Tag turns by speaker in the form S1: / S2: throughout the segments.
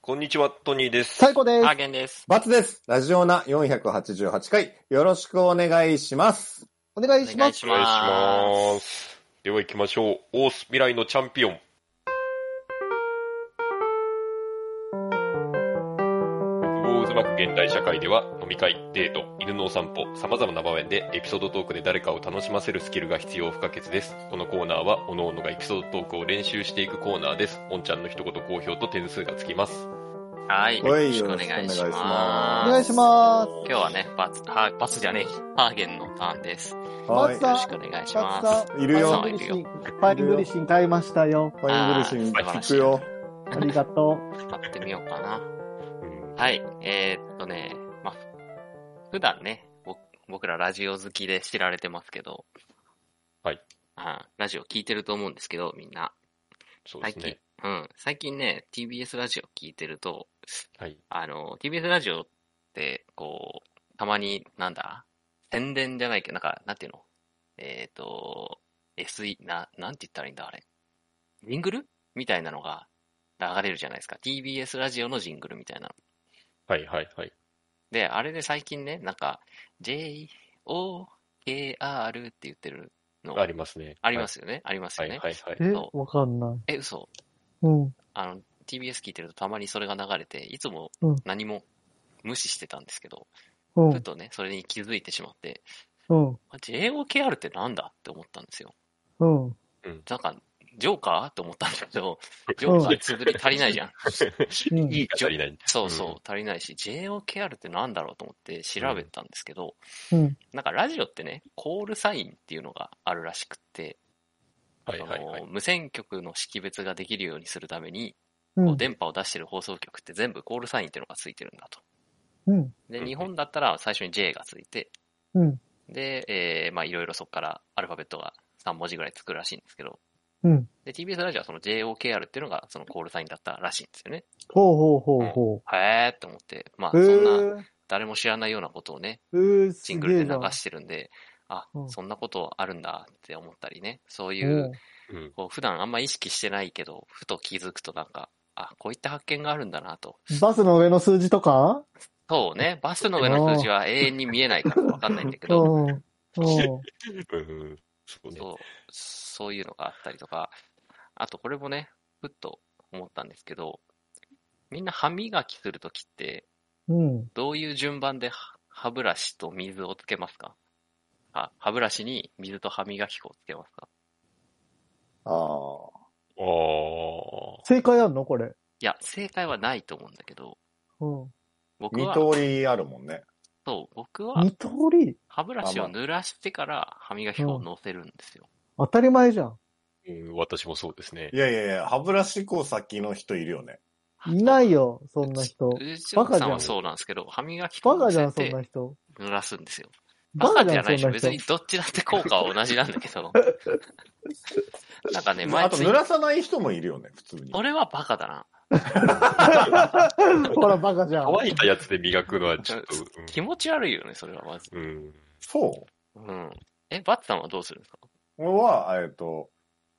S1: こんにちは、トニーです。
S2: 最高です。
S3: ハーゲンです。
S2: バツです。
S4: ラジオナ488回、よろしくお願いします。
S2: お願
S3: お
S2: いしま
S3: 願い
S2: す。
S3: し
S1: お願いし
S3: ま。
S1: ますす。では行きましょう。オース未来のチャンピオン。魚を渦巻く現代社会では飲み会、デート、犬のお散歩、様々な場面でエピソードトークで誰かを楽しませるスキルが必要不可欠です。このコーナーは、おのおのがエピソードトークを練習していくコーナーです。おんちゃんの一言好評と点数がつきます。
S3: はい。よ
S4: はい
S3: ろしくお願いし
S4: よろしくお願いし
S3: ま。
S4: ます
S2: お願いします。
S3: 今日はね、バツ、は、バツじゃねえ、ハーゲンのターンです。よ
S4: は
S2: バツさ
S4: い。
S3: ろしくお願いし
S2: バ
S3: ま
S2: ツ
S3: す。
S2: さ
S4: いるよ
S2: ファイングリッシン、ファイングリッシン買いましたよ。
S4: ファイングルシン
S3: あー
S4: 聞くよ。
S2: ありがと
S3: 使ってみようかな。
S1: うん
S3: はい。えー、っとね、まあ、普段ね、ぼ僕らラジオ好きで知られてますけど、
S1: はい。
S3: あラジオ聞いてると思うんですけど、みんな。
S1: そうで
S3: 最
S1: す
S3: 近、
S1: ね。
S3: うん。最近ね、TBS ラジオ聞いてると、
S1: はい。
S3: あの、TBS ラジオって、こう、たまに、なんだ、宣伝じゃないけど、なんか、なんていうのえっ、と、SE、な、なんて言ったらいいんだ、あれ。ジングルみたいなのが流れるじゃないですか。TBS ラジオのジングルみたいなの。
S1: はいはいはい。
S3: で、あれで最近ね、なんか、J-O-K-R って言ってるの
S1: ありますね。
S3: ありますよね、あります
S1: は
S3: よ
S1: い。は
S3: ね
S1: い。はいはい。
S2: う。え
S3: そ
S2: わかんない。
S3: え、嘘
S2: うん。
S3: あの、TBS 聞いてるとたまにそれが流れて、いつも
S2: うん
S3: 何も無視してたんですけど、
S2: う
S3: ふ
S2: ん。
S3: とね、それに気づいてしまって、
S2: うん。
S3: あ JOKR ってなんだって思ったんですよ。
S2: うん。
S3: なんか、ジョーカーって思ったんだけど、ジョーカーつぶり足りないじゃん。
S2: うん
S1: いい語りない。
S3: そうそう、足りないし、JOKR ってなんだろうと思って調べたんですけど、
S2: うん。
S3: なんかラジオってね、コールサインっていうのがあるらしくって、
S1: はいはいは
S3: そ
S1: い。
S3: の無線局の識別ができるようにするために、
S2: う。
S3: こうん電波を出してる放送局って全部コールサインっていうのがついてるんだと。
S2: うん。
S3: で、
S1: うん
S3: 日本だったら最初に J がついて、
S2: うん。
S3: で、えーまあいろいろそこからアルファベットが3文字ぐらいつくらしいんですけど、
S2: うん。
S3: で、TBS ラジオはその JOKR っていうのがそのコールサインだったらしいんですよね。
S2: ほうほうほうほ
S3: へーって思って、まあ
S2: う。
S3: そんな
S2: な。
S3: 誰も知らないようなことをね、
S2: えー、す
S3: シング
S2: げ
S3: ルで
S2: え
S3: 流
S2: な。
S3: してるんで、あ
S2: う、ん
S3: そんなことあるんだって思ったりね、そうい
S2: うん
S3: う、
S1: うん。
S3: こう普段あんま意識してないけど、ふと気づくとなんか、あ、こういった発見があるんだなと。
S2: バスの上の数字とか
S3: そうね、バスの上の数字は永遠に見えないからわかんないんだけ
S2: う
S3: ど、
S2: ん。うん。
S1: うんそうね。
S3: そう、そういうのがあったりとか、あとこれもね、ふっと思ったんですけど、みんな歯磨きするときって、
S2: うん。
S3: どういう順番で歯歯ブラシと水をつけますかあ、歯ブラシに水と歯磨き粉をつけますか
S4: あー
S1: ああ。
S2: 正解あんのこれ。
S3: いや、正解はないと思うんだけど、
S2: うん。
S3: 僕
S4: 二
S3: は、
S4: 通りあるもんね。
S3: そう、僕は
S2: 二通り
S3: 歯ブラシを
S4: あま
S3: 濡らしてから歯磨き粉を乗せるんですよ。
S2: 当たり前じゃん。
S1: うん私もそうですね
S4: い。やいやいや、歯ブラシ工先の人いるよね。
S2: いないよ、そんな人。
S3: うちの奥
S2: バカ
S3: さ
S2: じ
S3: ん
S2: ゃ
S3: は
S2: ん
S3: そうなんですけど、歯磨き
S2: バ
S3: 粉を乗
S2: カじゃ
S3: せ
S2: ん、そん
S3: て
S2: な人。
S3: 濡らすんですよ。
S2: バ
S3: バ
S2: カ
S3: カじ
S2: じ
S3: ゃ
S2: ゃん、
S3: ないでし
S2: そ
S3: ょ。
S2: んな
S3: 別
S2: 人
S3: に。どっちだって効果は同じなんだけど。なんかね、前
S4: あと、
S3: ツイ
S4: 濡らさない人もいるよね、普通に。
S3: 俺はバカだな。
S2: ほら、バカじゃん。
S1: 乾いたやつで磨くのはち ょっと、
S3: 気持ち悪いよね、それはまず。
S1: うん。うん
S4: そう
S3: うん。え、バッツさんはどうするんですか
S4: 俺は、えっと、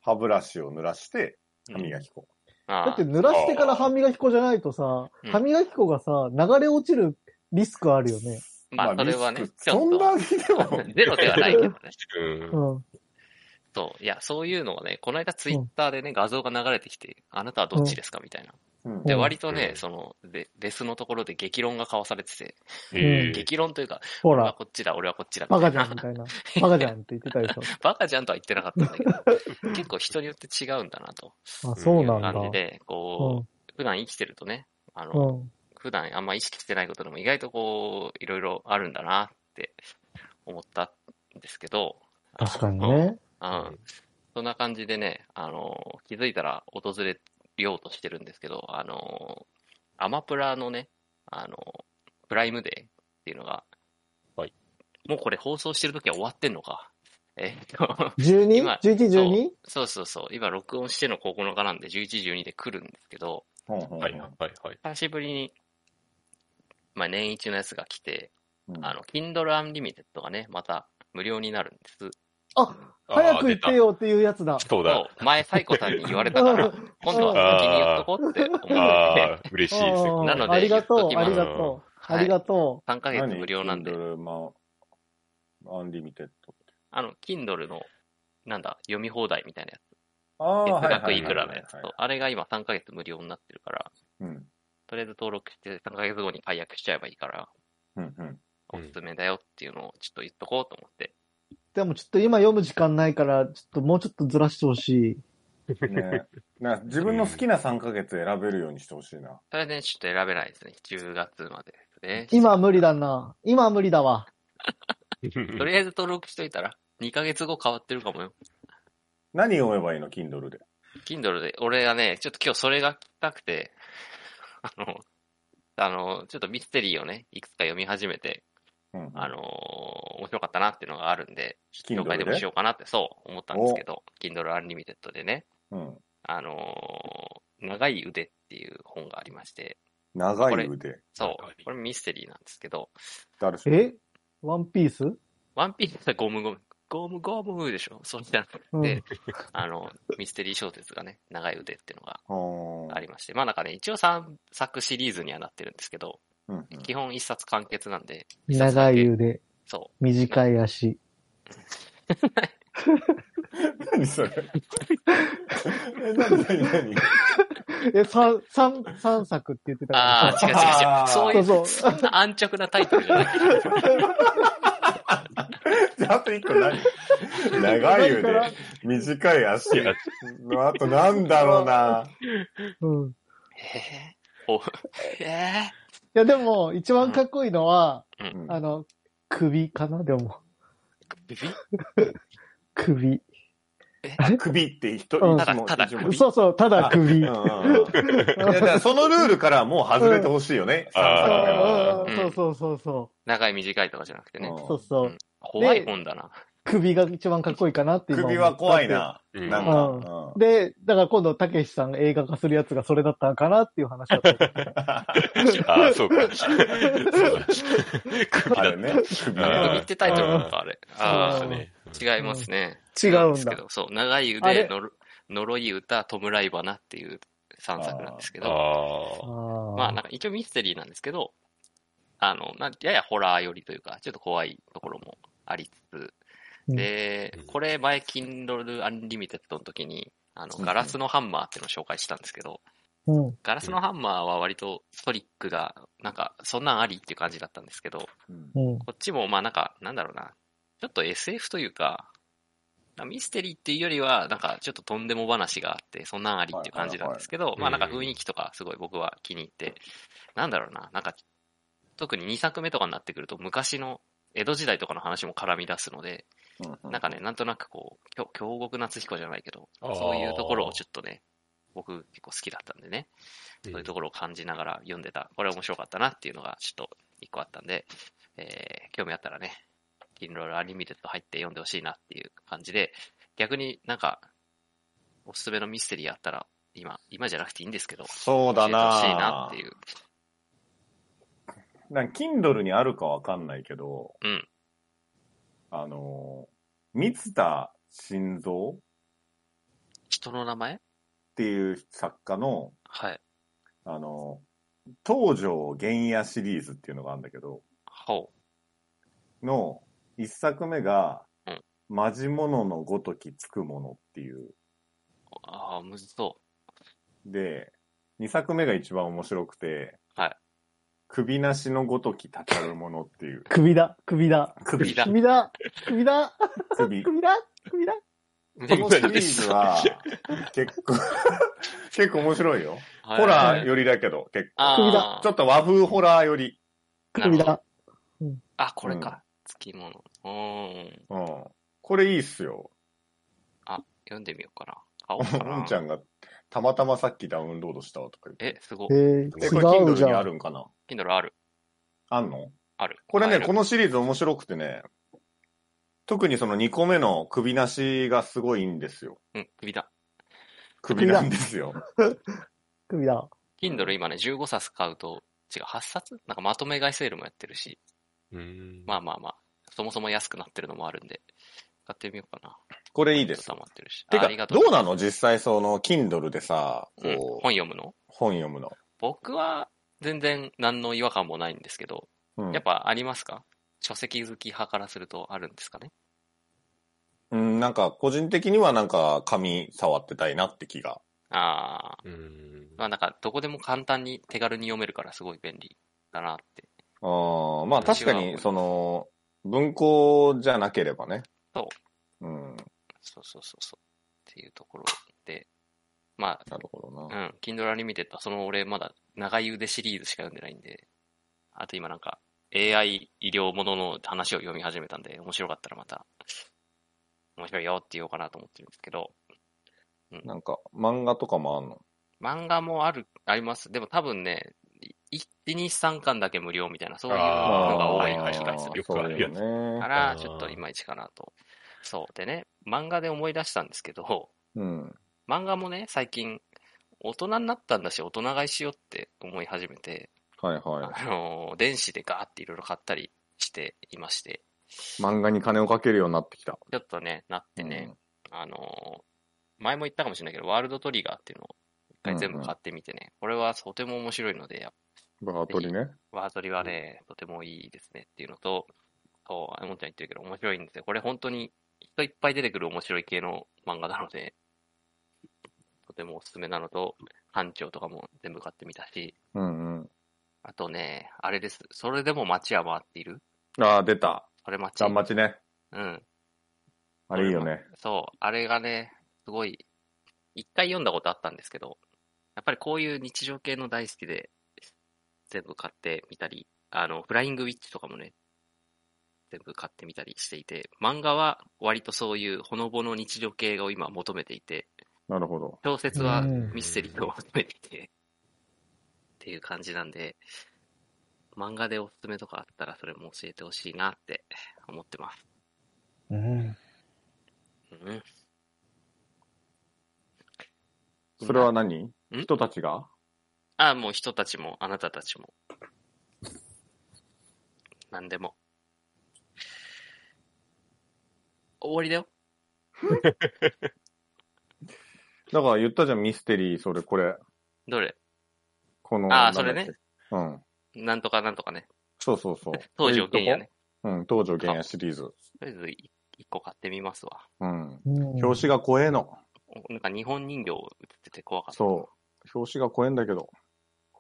S4: 歯ブラシを濡らして、歯磨
S3: き。
S4: き粉。
S2: だ
S3: あ
S2: って濡らしてから歯磨き粉じゃないとさ
S3: うん、
S2: 歯磨き粉がさ、流れ落ちるリスクあるよね。
S3: あ、まあ、それは
S4: リ
S3: ね
S4: ス、ク
S3: ち
S4: そ
S3: ょ
S4: んな
S3: っ
S4: わけで も
S3: と、。ゼロではないけどね。
S1: うん
S2: うん。
S3: そう。いや、そういうのがね、この間ツイッターでね、画像が流れてきて、あなたはどっちですかみたいな。
S4: うん
S3: で、
S2: うん
S3: 割とね
S1: う、ん
S3: その、でベスのところで激論が交わされてて、
S1: ええ
S3: 激論というか、
S2: ほ
S3: 俺は
S2: ら、
S3: こっちだ、俺はこっちだ。
S2: バカじゃん、みたい な。バカじゃんって言ってたでし
S3: バカじゃんとは言ってなかったんだけど、結構人によって違うんだなと。
S2: ょ。あ、そうなんだ。
S3: 感じで、
S2: う
S3: こう、普段生きてるとね、あの、
S2: ん。うん。
S3: 普段あんま意識してないことでも意外とこう、いろいろあるんだなって思ったんですけど、
S2: 確かにね。
S3: うん。そんな感じでね、あの、気づいたら訪れようとしてるんですけど、あの、アマプラのね、あの、プライムデーっていうのが、
S1: はい
S3: もうこれ放送してる時は終わってんのか。えっと、 今
S2: 12?11?12?
S3: そうそうそう、今録音しての高校のかなんで11、12で来るんですけど、
S4: うんうんうん
S1: はいはいはい。
S3: 久しぶりに、まあ、年一のやつが来て、
S4: うん
S3: あの、Kindle Unlimited がね、また無料になるんです。
S2: あ、
S1: あー
S2: 早く行って。よっていうやつだ。
S1: 出たそうだ。
S3: そう前、サイコさんに言われ た から、今度は先に言っとこうって思って、
S1: ああ、嬉しいですね。
S2: あー
S3: なので
S2: ありが
S3: 言
S2: と
S3: っとき
S2: う、
S3: ます
S2: ありがとう、
S3: はい
S2: ありがと
S3: 3ヶ月無料なんで、
S4: Kindle まあ、アンリミテッドって。
S3: あの、Kindle の、なんだ、読み放題みたいなや
S4: あ
S3: つ、
S4: ー
S3: 月額いくらのやつ
S4: はい
S3: と、あれが今3ヶ月無料になってるから、
S4: はいはいうん。
S3: とりあえず登録して3ヶ月後に解約しちゃえばいいから、
S4: うんうん。
S1: う
S3: お
S1: ん
S3: すすめだよっていうのをちょっと言っとこうと思って。
S2: う。でもちょっと今読む時間ないから、ちょっともうちょっとずらしてほしい。
S4: ねなんか自分の好きな3ヶ月選べるようにしてほしいな。
S3: それでちょっと選べないですね。10月までですね。
S2: 今は無理だな。今は無理だわ。
S3: とりあえず登録しといたら、2ヶ月後変わってるかもよ。
S4: 何読めばいいの ?Kindle で。
S3: Kindle で、俺がね、ちょっと今日それが聞きたくて、あの、あの、ちょっとミステリーをね、いくつか読み始めて、
S4: うん。
S3: あの面白かったなっていうのがあるんで、紹介でもしようかなって、そう、思ったんですけど、Kindle Unlimited でね、
S4: うん。
S3: あの長い腕っていう本がありまして、
S4: 長い腕。
S3: そう、これミステリーなんですけど、
S4: 誰し
S2: えワンピース
S3: ワンピースはゴムゴム、ゴムゴムでしょそうじゃなく
S2: うん
S3: て、あの、ミステリー小説がね、長い腕っていうのが
S4: あー
S3: ありまして、まあなんかね、一応3作シリーズにはなってるんですけど、
S4: うんうん
S3: 基本1冊完結なんで、
S2: 長い腕、
S3: そ
S2: 短い足。
S4: 何それえ、何何何
S2: え、三、三、三作って言ってた
S3: う。
S2: から
S3: ああ、違う違う違う。
S4: あー
S3: そういう、
S2: そう
S3: そんな安直なタイトルじゃ ない。
S4: じゃあ、あと一個何長い
S2: 何か
S4: 腕
S2: ら、
S4: 短い足。
S1: や
S4: あとなんだろうな。
S2: うん。い
S3: えー、おえ
S2: や、でも、一番かっこいいのは、
S4: うん
S2: あの、首かなでも、
S3: ー、首
S2: 首。
S4: 首って一
S2: う
S4: 人、
S2: ん
S4: ただ
S3: ただただ首
S2: そうそう、ただ首。
S4: うんうんうんいやだからそのルールからはもう外れてほしいよね。
S1: うん
S4: 三作目
S2: あ
S4: は
S2: ーそうそうそうそ
S3: 長い短いとかじゃなくてね。
S4: うん
S2: う。そうそう
S3: うん。怖い本だな。
S2: 首が一番かっこいいかなって今思った
S4: 首は怖い。な。
S1: うん
S4: なんか。うん
S2: で、だから今度、たけしさんが映画化するやつがそれだったのかなっていう話だ った。
S1: ああ、そうか。そう だ首
S4: あ
S1: だ
S4: れ
S1: ね。う
S4: ね。首
S1: ん
S3: 首
S4: ね
S3: ってタイトルなんかあれ。あ
S2: そう
S3: あ、違いますね。
S2: 違
S3: 違
S2: う
S3: うんで
S2: ん
S3: すけ
S2: だ。
S3: ど、そう、長い
S2: あ
S3: 腕、
S2: れ
S3: のろ呪い歌、弔い花っていう3作なんですけ
S1: あ
S3: ど、
S1: あ。
S3: まあ
S2: あ
S3: なんか一応ミステリーなんですけど、あの、なんややホラー寄りというか、ちょっと怖いところもありつつ、
S2: うん
S3: で、これ前、Kindle Unlimited の時に、あの、
S4: うんうん
S3: ガラスのハンマーっていうのを紹介したんですけど、
S2: ー。うん。
S3: ガラスのハンマーは割とストリックが、なんか、そんなんありっていう感じだったんですけど、
S4: うん
S2: うん。。
S3: こっちも、まあなんか、なんだろうな、ちょっと SF というか、なんかミステリーっていうよりは、なんかちょっととんでも話があって、そんなんありっていう感じなんですけど、
S1: い
S3: まあ
S1: はい
S3: なんか雰囲気とかすごい僕は気に入って、なんだろうな、なんか、特に2作目とかになってくると昔の江戸時代とかの話も絡み出すので、
S4: うん
S3: なんかね、なんとなくこう、京京極夏彦じゃないけど、
S1: あー
S3: そういうところをちょっとね、僕結構好きだったんでね、
S1: うん
S3: そういうところを感じながら読んでた、これ面白かったなっていうのがちょっと一個あったんで、えー興味あったらね、キンロールアニミテッド入って読んでほしいなっていう感じで、逆になんか、おすすめのミステリーあったら、今、今じゃなくていいんですけど、
S4: そうだ
S3: 教えて
S4: な
S3: ほしいなっていう。
S4: なんか Kindle にあるかわかんないけど、
S3: うん
S4: あのー、三田晋三っ
S3: 人の名前
S4: ていう作家の、
S3: はい。
S4: あのー、東条玄也シリーズっていうのがあるんだけど、
S3: ほ
S4: の一作目が、
S3: うん
S4: マジモノのごときつくものっていう。
S3: う。ああ、むずそ
S4: で、二作目が一番面白くて、
S3: はい
S4: 首なしのごときたたるものっていう
S2: 首だ、首だ、
S3: う。首だ。
S2: 首だ、首だ、
S4: 首。
S2: 首だ、首だ。
S4: このシリーズは、結構、 結構面白いよ。ホラー
S3: よ
S4: 寄りだけど、結構。
S2: 首
S3: あ
S2: だ
S3: ー
S4: ちょっと和風ホラー寄り。
S2: 首
S3: なるほ
S2: だ。
S3: あ、これか。つきもの。うーん。
S4: うん。これいいっすよ。
S3: あ、読んでみようかな。買おうか
S4: お
S3: なん
S4: ち。ゃんが、たまたまさっきダウンロードしたわとか言って。
S3: え、すごい
S2: え。ー、
S4: え、これ
S2: 違う
S4: Kindle
S2: じ
S4: に
S2: ゃ
S4: あ
S2: ん。
S4: るんかな
S3: Kindle ある。
S4: あんの
S3: ある。
S4: これね、
S3: 買える
S4: このシリーズ面白くてね、特にその2個目の首なしがすごいいいんですよ。
S3: うん、首だ。
S4: 首なんですよ。
S2: 首だ。
S3: Kindle 今ね、15冊買うと、違う、8冊なんかまとめ買いセールもやってるし、
S1: うん
S3: まあまあまあ、そもそも安くなってるのもあるんで、使ってみようかな。
S4: これいいです
S3: 溜。まってるし。
S4: て
S3: あ
S4: か
S3: ありが、と
S4: どうな
S3: の
S4: の実際その、Kindle でさ、
S3: うん、
S4: こう、
S3: 本読むの
S4: 本読むの。
S3: 僕は全然何の違和感もないんですけど、
S4: うん
S3: やっぱありますか書籍好き派からするとあるんですかね
S4: うん、なんか、個人的にはなんか、紙触ってたいなって気が。
S3: ああ、
S1: うーん。
S3: まあなんかどこでも簡単に手軽に読めるからすごい便利だなって。
S4: あーまあ確か
S3: 私は
S4: に、その、文庫じゃなければね。。
S3: そう
S4: うん、
S3: そうそうそうそう。っていうところで、ま
S4: なるほど
S3: あ、う
S4: な。
S3: ん、Kindle Unlimited はその俺まだ長い腕シリーズしか読んでないんで、あと今なんか AI 医療ものの話を読み始めたんで、面白かったらまた、面白いよって言おうかなと思ってるんですけど、
S4: なんか、漫画とかもあんの
S3: 漫画もある、あります。でも多分ね、1、2、3巻だけ無料みたいな、そういうの
S1: あー
S3: が多い
S1: はいはい
S3: 気がする
S1: よくあるやつ
S4: そうよ
S3: か
S4: ね。
S3: ら
S1: あ、ー
S3: ちょっといまいちかなと。そう。でね、漫画で思い出したんですけど、
S4: うん。
S3: 漫画もね、最近、大人になったんだし、大人買いしようって思い始めて、
S4: はいは
S3: あのー電子でガーっていろいろ買ったりしていまして、
S4: い。漫画に金をかけるようになってきた。
S3: ちょっとね、なってね、あのー前も言ったかもしれないけど、ワールドトリガーっていうのを一回全部買ってみてね、これはとても面白いので、
S4: うん。バートリね。
S3: ワードリはね、とてもいいですねっていうのと、そう、あもんちゃん言ってるけど、面白いんですよ。これ本当に人いっぱい出てくる面白い系の漫画なので、とてもおすすめなのと、班長とかも全部買ってみたし、
S4: うんうん。
S3: あとね、あれです。それでも街は回っている
S4: ああ、出た。
S3: それ街。
S4: ちゃんまちね。
S3: うん。
S4: あれいいよね。
S3: そう、あれがね、すごい、一回読んだことあったんですけど、やっぱりこういう日常系の大好きで、全部買ってみたり、あの、フライングウィッチとかもね、全部買ってみたりしていて、漫画は割とそういうほのぼの日常系を今求めていて、
S4: なるほど。
S3: 小説は
S2: うん
S3: ミステリーを求めていて、っていう感じなんで、漫画でおすすめとかあったらそれも教えてほしいなって思ってます。
S2: うん。
S3: うん。
S4: それは何
S3: ん
S4: 人たちが
S3: ああ、もう人たちも、あなたたちも。なんでも。終わりだよ。
S4: だから言ったじゃん、ミステリー、それ、これ。
S3: どれ
S4: この。
S3: あー
S4: なんだっけ
S3: それね。
S4: うん。
S3: なんとかなんとかね。
S4: そうそうそう。
S3: 東条玄也ね。
S4: うん、東条玄也シリーズ。
S3: とりあえずい一個買ってみますわ。
S4: うん。
S2: うん
S4: 表紙が怖えの。
S3: おなんか日本人形映ってて怖かった。
S4: そう。表紙が怖えんだけど。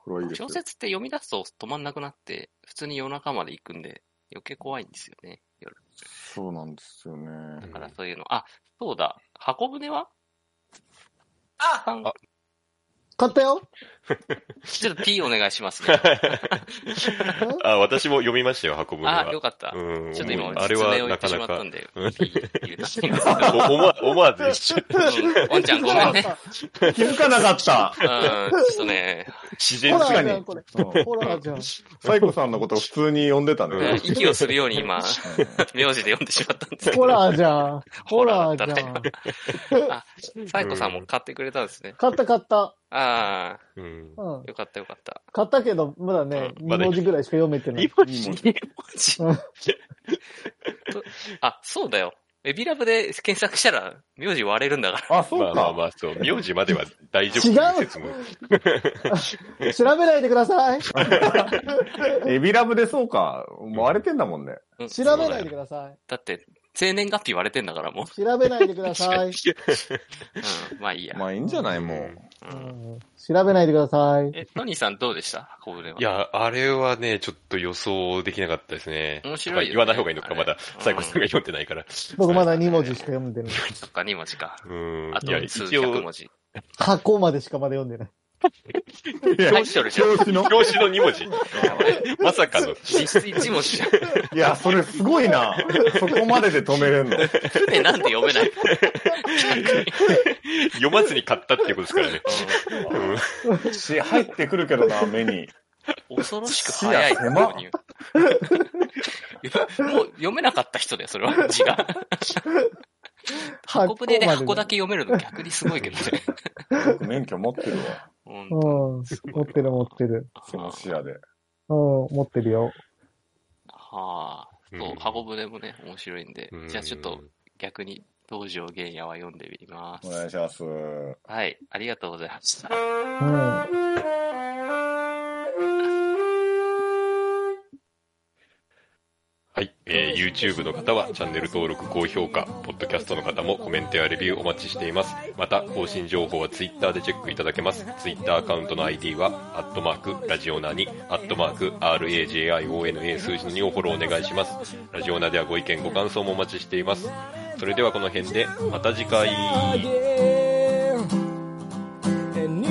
S4: 黒いですよ
S3: 小。説って読み出すと止まんなくなって、普通に夜中まで行くんで、余計怖いんですよね、夜。
S4: そうなんですよ
S3: だ
S4: ね。
S3: からそういうの。あ、そうだ。箱舟はあ
S2: 買ったよ
S3: ちょっと P お願いしますね。
S1: あ、私も読みましたよ、運ぶのは。
S3: あ、よかった。
S1: うん、
S3: ちょっと今、
S1: あれ
S3: 実名
S1: は
S3: を言
S1: な
S3: って
S1: か
S3: し
S1: な
S3: まった
S1: か
S3: ん。で、
S1: うん
S3: いい入れたんです
S1: お思わ思わず一緒
S3: おんちゃんごめんね。
S4: 気づかなかった。
S3: うん、ちょっとね、
S1: 自然
S2: ホラ
S1: す
S2: ー
S1: ぎ
S2: じ
S1: に
S2: ゃん、これ。ホラーじゃん。
S4: サイコさんのことを普通に呼んでた
S1: うん
S4: ね。
S3: 息をするように今、名字で読んでしまったんですけど。
S2: ホラーじゃん。ホラ
S3: だ
S2: ー
S3: っ
S2: じ
S3: た
S2: ゃ
S3: ね
S2: ん。
S3: あ、サイコさんも買ってくれたんですね。
S2: 買った買った。
S3: あ
S1: うん。
S2: うん
S3: あ、。よかったよかった。
S2: 買ったけど、まだね、
S1: うんま
S2: 2
S1: だ
S2: 文字ぐらいしか読めてない。
S1: 今
S4: いいもん
S2: うん
S3: あ、そうだよ。エビラブで検索したら、名字割れるんだか
S4: あ、そ
S1: ま
S4: う
S1: あまあ
S4: か。
S1: まあ、そう。名字までは大丈夫という説も。
S2: 調べないでください。
S4: エビラブでそうか。もう荒れてんだもんね。
S3: ら。うん
S2: 調べ
S3: そう
S2: な
S3: だ
S2: い
S3: よ
S2: でくださ
S3: だって、生年月日割れてんだから、もう。
S2: い。調べないでください。
S3: うん、まあいいや。
S4: まあいいんじゃないもう。
S3: う
S2: うんん調べないでください。
S3: え、トニーさんどうでした箱舟は。
S1: い、や、あれはね、ちょっと予想できなかったですね。
S3: 面白いよね
S1: やっぱ言わない方がいいのか、まだ。
S3: あれ
S1: サイコさんが読んでないから。
S2: 僕まだ2文字しか読んでない。
S3: そっか、2文字か。
S1: うん。
S3: あ
S1: い
S3: と
S1: や、
S3: 数
S1: 一
S3: 百文
S1: 応、
S3: 字。
S2: 箱までしかまだ読んでない。
S3: タイトルじゃん。
S4: 表紙の
S1: 表紙の2文字。
S3: やばい
S1: まさ かの。
S3: 実質1文字じゃん。
S4: いや、それすごいな。そこまでで止めれんの。
S3: 船なんて読めない。
S1: 読まずに買ったっていうことですからね。うん
S4: し、入ってくるけどな、目に。
S3: 恐ろしく早い
S4: 視野狭っ
S3: 購入。 もう読めなかった人だよ、それは。字が。箱舟で箱だけ読めるの逆にすごいけどね。
S4: よく免許持ってるわ。
S3: ほん
S2: う
S3: と
S2: ん。持ってる持ってる。
S4: その視野で。
S2: うん、持ってるよ。
S3: はあ。そうう、
S1: ん
S3: 箱舟もね、面白いんで。じゃあちょっと、逆に東條玄也は読んでみま
S4: お願い
S3: す。
S4: します。
S3: はい、ありがとうございました。
S2: うん。
S1: はい、えー YouTube の方はチャンネル登録、高評価、ポッドキャストの方もコメントやレビューお待ちしています。また、更新情報は Twitter でチェックいただけます。Twitter アカウントの ID は、アットマーク、ラジオナに、アットマーク、RAJIONA 数字の2をフォローお願いします。ラジオナではご意見、ご感想もお待ちしています。それではこの辺で、また次回。
S5: A new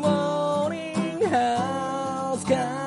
S5: morning has come